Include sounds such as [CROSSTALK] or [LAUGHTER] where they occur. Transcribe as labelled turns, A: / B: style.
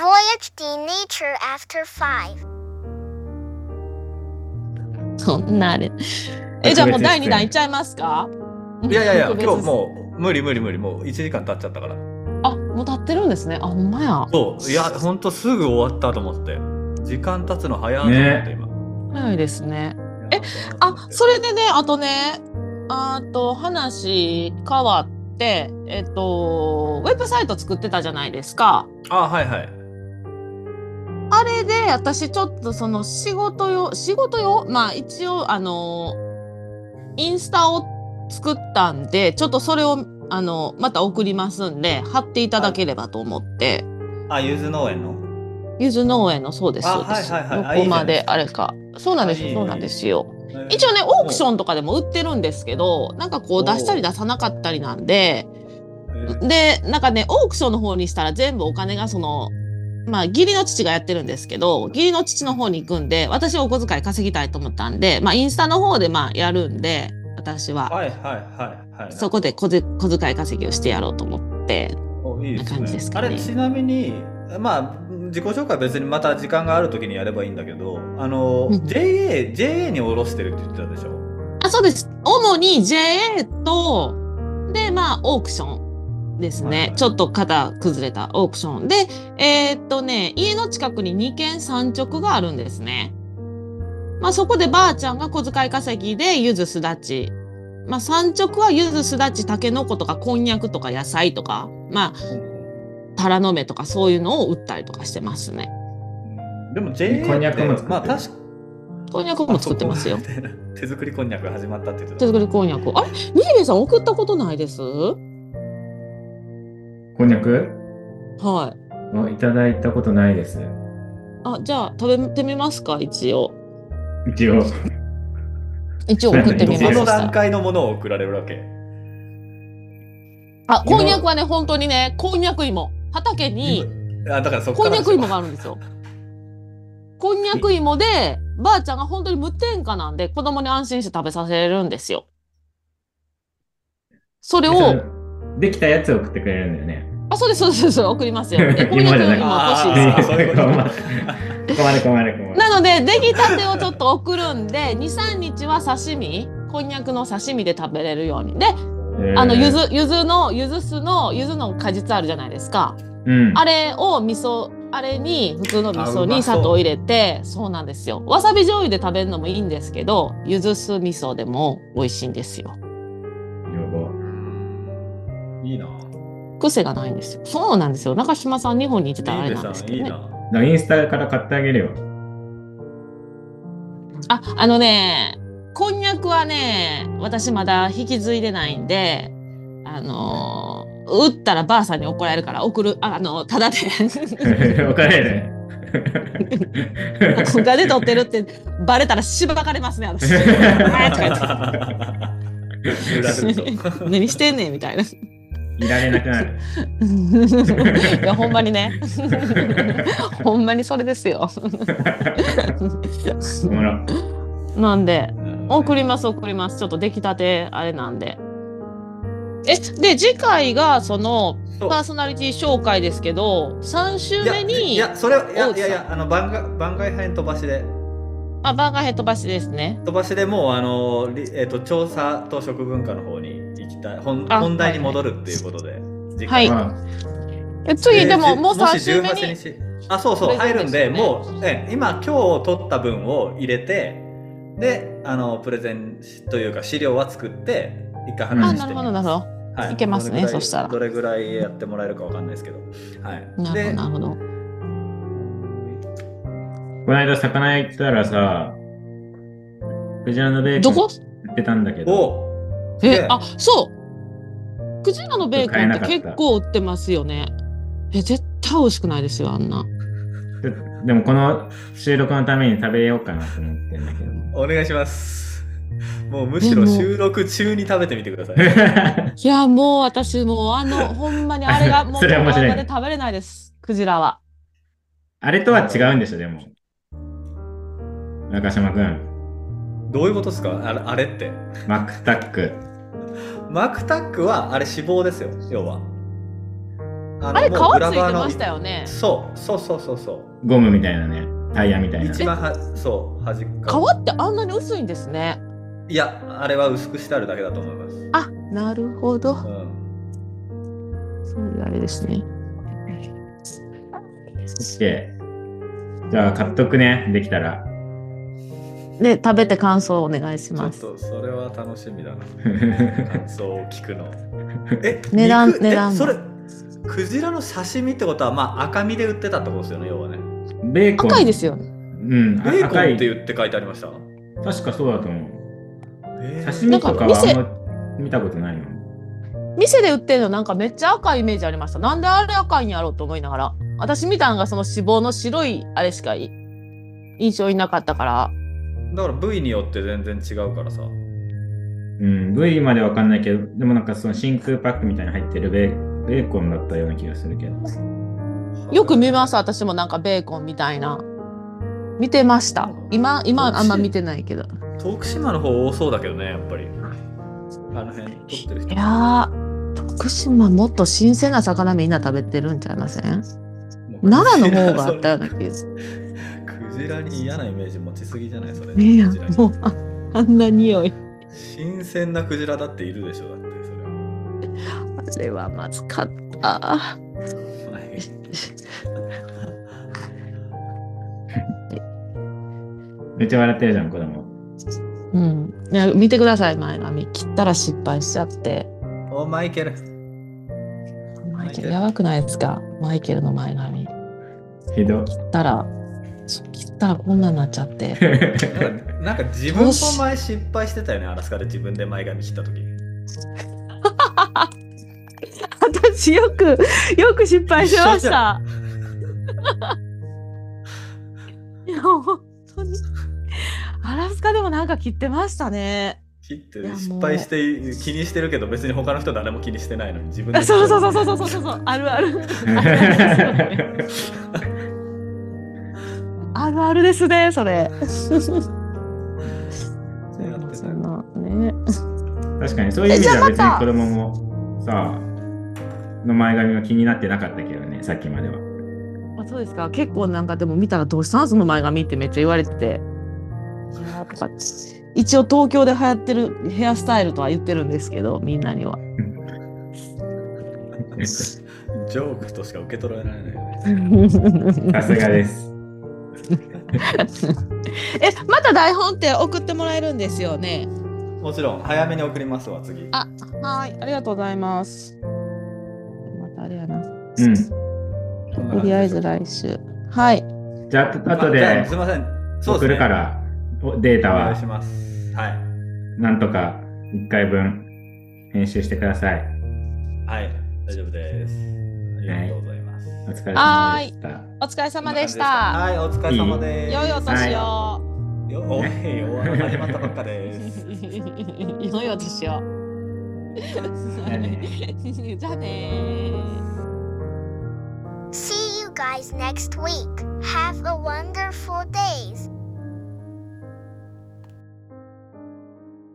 A: HD Nature After Five.
B: そんなあ
C: [LAUGHS]
B: れ。
D: え、じゃあもう
C: 特別出
D: 第
C: 演
D: 2弾いっちゃいますか
C: いやいやいや、
D: 特別
C: 今日もう無理無理無理、もう1時間経っちゃったから。
B: あ、もう経ってるんですね。あ、ほんまや。
C: そう、いや、ほんとすぐ終わったと思って。時間経つの早いと思って、
D: ね
C: 今。
B: 早いですね。
D: えあ、それでね、あとね、あと話変わって、えっと、ウェブサイト作ってたじゃないですか。
C: あ、はいはい。
D: あれで私ちょっとその仕事用仕事用まあ一応あのインスタを作ったんでちょっとそれをあのまた送りますんで貼っていただければと思って
C: あ、ゆず農園の
D: ゆず農園のそうですそ
C: あ
D: うです
C: はいはい
D: ど
C: はいあ
D: こま
C: いいじ
D: で
C: ゃ
D: あ
C: ない
D: れかそうなんです
C: あ
D: よ
C: いい
D: そうなんですよ一応ねオークションとかでも売ってるんですけどなんかこ
C: お
D: う
C: ー
D: 出したり出さなかったりなんで
C: ン。
D: でなんかねオークションの方にしたら全部お金がそのまあ義理の父がやってるんですけど義理の父の方に行くんで私はお小遣い稼ぎたいと思ったんでまあインスタの方でまあやるんで私は
C: はいはいはいはい。
D: そこで小ぜ小遣い稼ぎをしてやろうと思って
C: おいいです
D: な感じ
C: ね
D: ですか
C: あ
D: ね
C: れちなみにまあ自己紹介別にまた時間がある時にやればいいんだけどあの
D: うん
C: JA, JA に下ろしてるって言ってたでしょ
D: あそうです主に JA とでまあオークションですね、
C: はいはい
D: ちょっと肩崩れたオークションでえーっとね家の近くに2軒3直があるんですねまあそこでばあちゃんが小遣い稼ぎでゆずすだちまあ産直はゆずすだちたけのことかこんにゃくとか野菜とかまあタラの芽とかそういうのを売ったりとかしてますね
C: でも JA って
E: こんにゃくも作ってる
C: まあ確か
D: こんにゃくも作ってますよ
C: あそこみたいな [LAUGHS] 手作りこんにゃく始まったって言って
D: 手
C: た
D: 作りこんにゃくあれニーレイさん送ったことないです
E: こんにゃく
D: はい
E: をいただいたことないです。
D: あ、じゃあ食べてみますか、一応。
E: 一応。
D: 一応送ってみま
C: ど
D: し
C: の段
D: た。
C: 階のものを送られるわけ
D: あ、こんにゃくはね、本当にね、こんにゃく芋。畑に、
C: あだからそこ
D: こ
C: か
D: んに
C: ら
D: ゃく芋があるんですよ。こんにゃく芋で、ばあちゃんが本当に無添加なんで、子供に安心して食べさせるんですよ。それを、
E: [LAUGHS] できたやつを送ってくれるんだよね。
D: あ、そうです、そうですそうです、送り
E: [LAUGHS]
D: ますよ。えこんにゃ
E: 芋
D: く
E: じ
D: 芋
E: ゃない
D: 欲しい
C: あ
D: です
C: ー
D: よ。
C: そういうこと
E: 困る困る困る。
D: なので出来たてをちょっと送るんで23日は刺身こんにゃくの刺身で食べれるようにであの
E: うん
D: ゆずゆずのゆず酢のゆずの果実あるじゃないですか、
E: うん。
D: あれを味噌あれに普通の味
C: あ
D: 噌
C: うまそう
D: に砂糖を入れてそうなんですよわさび醤油で食べるのもいいんですけどゆず酢味噌でも美味しいんですよ
E: やば
C: いいな
D: 癖がないんですよそうなんですよ中島さん日本にいてたらあ
C: いい
D: れ
C: で
D: なんです
C: す
D: け
C: い
D: ど
C: い
D: ね
C: な
E: なインスタから買ってあげる
D: [LAUGHS]
E: よ。
D: ああのねこんにゃくはね私まだ引き継いでないんであのー売ったらばあさんに怒られるから送るああのただ
C: [LAUGHS]
D: で
E: 怒られ
D: [LAUGHS]
E: る。
D: お金取ってるってバレたらしばかれますね
C: [LAUGHS]
D: 私わーとか言って
C: 売られると [LAUGHS]
D: 何してんねんみたいな
E: いられなくなる。
D: いやほんまにねほんまにそれですよ
E: おもろ。
D: なんで
C: なるほど
D: 送
C: ね
D: ります送りますちょっと出来たてあれなんでえで次回がその
C: そう
D: パーソナリティ紹介ですけど3週目に
C: いやいやそれはいや
D: 大
C: い
D: 内さ
C: や
D: ん
C: いやあの番外番外編飛ばしで
D: あ番外編飛ばしですね
C: 飛ばしでもうあの、りえっと調査と食文化の方に行きたい本
D: あ
C: 本題に戻るっていうことで、次
D: はい
E: まあ
D: え次、でも
C: じ
D: もう3
C: し
D: 週目
C: 18
D: に
C: 日あそうそう
D: プレ
C: 入
D: ゼ
C: る
D: ン
C: ん
D: です
C: で
D: よね
C: もう、え今今日取った分を入れてであのプレゼンというか資料は作って一回
D: あ
C: 話して
D: なるほどなるほど
C: ど、はい
D: けますね
C: どれぐらい
D: そしたら
C: どれぐらいやってもらえるかわかんないですけどはい
D: なるほど
C: で
D: なるほど
E: この間魚屋行ったらさ、クジラのベーコ
D: ど
E: ン
D: こ
E: 売ってたんだけど、
C: お
D: え
C: で
D: あそうクジラのベーコンって結構売ってますよねえ絶対美味しくないですよあんな
E: ちょっと [LAUGHS] でもこの収録のために食べようかなと思ってんだけど。
C: お願いしますもうむしろ
D: でも
C: 収録中に食べてみてくださ
D: [LAUGHS]
C: い
D: いやもう私もうあ
C: [LAUGHS]
D: のほんまにあれがもう
E: それは面白いね
D: まで食べれないですクジラは
E: [LAUGHS] あれとは違うんでしょ、でも。中島くん、
C: どういうことですかあれあれって
E: マックタック。
C: マクタックはあれ脂肪ですよ要はあの
D: あれ皮つ
C: もうグラ
D: い
C: バー
D: て
C: の
D: ましたよね
C: そうそうそうそうそう
E: ゴムみたいなね、タイヤみたいな。
C: 一番はそう端っこ
D: 皮ってあんなに薄いんですね
C: いやあれは薄くしてあるだけだと思います、
D: あなるほど
C: うん、
D: そういうあれですね
E: で、じゃあ買っとくね、できたら。 [LAUGHS]
D: で食べて感想をお願いし
C: ちょ
D: ま
C: っ
D: す
C: とそれは楽しみだな感想を聞
D: [LAUGHS]
C: くのえ
D: 値段
C: 肉え
D: 値段
C: それクジラの刺身ってことはまあ赤身で売ってたってことですよね要はね
E: ベーコン。
D: 赤いですよね
E: うん、
C: ベーコンっ
E: 赤い
C: て言って書いてありました、
E: 確かそうだと思う。
C: えー
E: 刺身とかは
D: な
E: あ
D: ん
E: んま見たことないの。
D: 店で売ってるのなんかめっちゃ赤いイメージありましたなんであれ赤いんやろうと思いながら私見たのがその脂肪の白いあれしかい印象になかったから
C: だから部位によって全然違うからさ
E: うん、部位までわかんないけど、でもなんかその真空パックみたいに入ってるベーベーコンだったような気がするけど。
D: よく見ます私もなんかベーコンみたいな見てました今今はあんま見てないけど
C: 徳島の方多そうだけどねやっぱりあの辺取ってる人
D: いやー徳島もっと新鮮な魚みんな食べてるんちゃいません
C: もう
D: 奈良の方があったような気がする
C: クジラに嫌なイメージ持ちすぎじゃないそ
D: ね
C: れ
D: え
C: クジラに
D: もうああんな匂い
C: 新鮮なクジラだっているでしょだってそれは
D: あれはまずかった
C: はい
E: めっちゃ笑ってるじゃん、子供。
D: うんいや見てください前髪切ったら失敗しちゃって
C: おマイケル
D: マイケ
C: マイケ
D: ル
C: ル
D: やばくないですかマイケルの前髪切
E: ひど。
D: ったらそう切ったらこんなになっちゃって
C: なんかなんか自分も前失敗してたよねアラスカで自分で前髪切った時
D: [LAUGHS] 私よくよく失敗しましたいや本当にアラスカでもなんか切ってましたね
C: 切って
D: いやもう
C: 失敗して気にしてるけど別に他の人誰も気にしてないのに自分で
D: あそうそうそうそうそうそうそうそうあるあるあるあるですねそれ
C: そうやってた
D: そんなね
E: 確かにそういう意味では別に子供もさの前髪は気になってなかったけどねさっきまでは
D: あそうですか結構なんかでも見たら「どうしたんその前髪」ってめっちゃ言われてていやーとか一応東京で流行ってるヘアスタイルとは言ってるんですけどみんなに
C: [LAUGHS]
D: は
E: さ
C: ジョークとしか受け取られないのよね
E: すが [LAUGHS] です
D: えまた台本って送ってもらえるんですよね
C: もちろん早めに送りますわ次
D: あはいありがとうございますまたあれやな
E: うん
C: こん
D: と
C: な感じ
D: りあえ
C: でしょ
D: ず来週はい
E: じゃああと
C: まじゃあ
E: です
C: いませんそう
E: 送
C: です
E: る
C: ね
E: からおデータ
C: お願い
E: は
C: しますはい
E: なんとか1回分編集してください
C: はい大丈夫ですありがとうございます、
E: お疲れ
D: は
E: 様
D: ー
E: で
D: いお疲れ様で
E: した
D: した。
C: こんな感じでしたはい、お疲れ様です。
D: 良いお年を。
C: よおい、お笑い始まったばっかです。
D: [LAUGHS] 良いお年を。 [LAUGHS] じゃあねー。
A: See you guys next week. Have a wonderful days.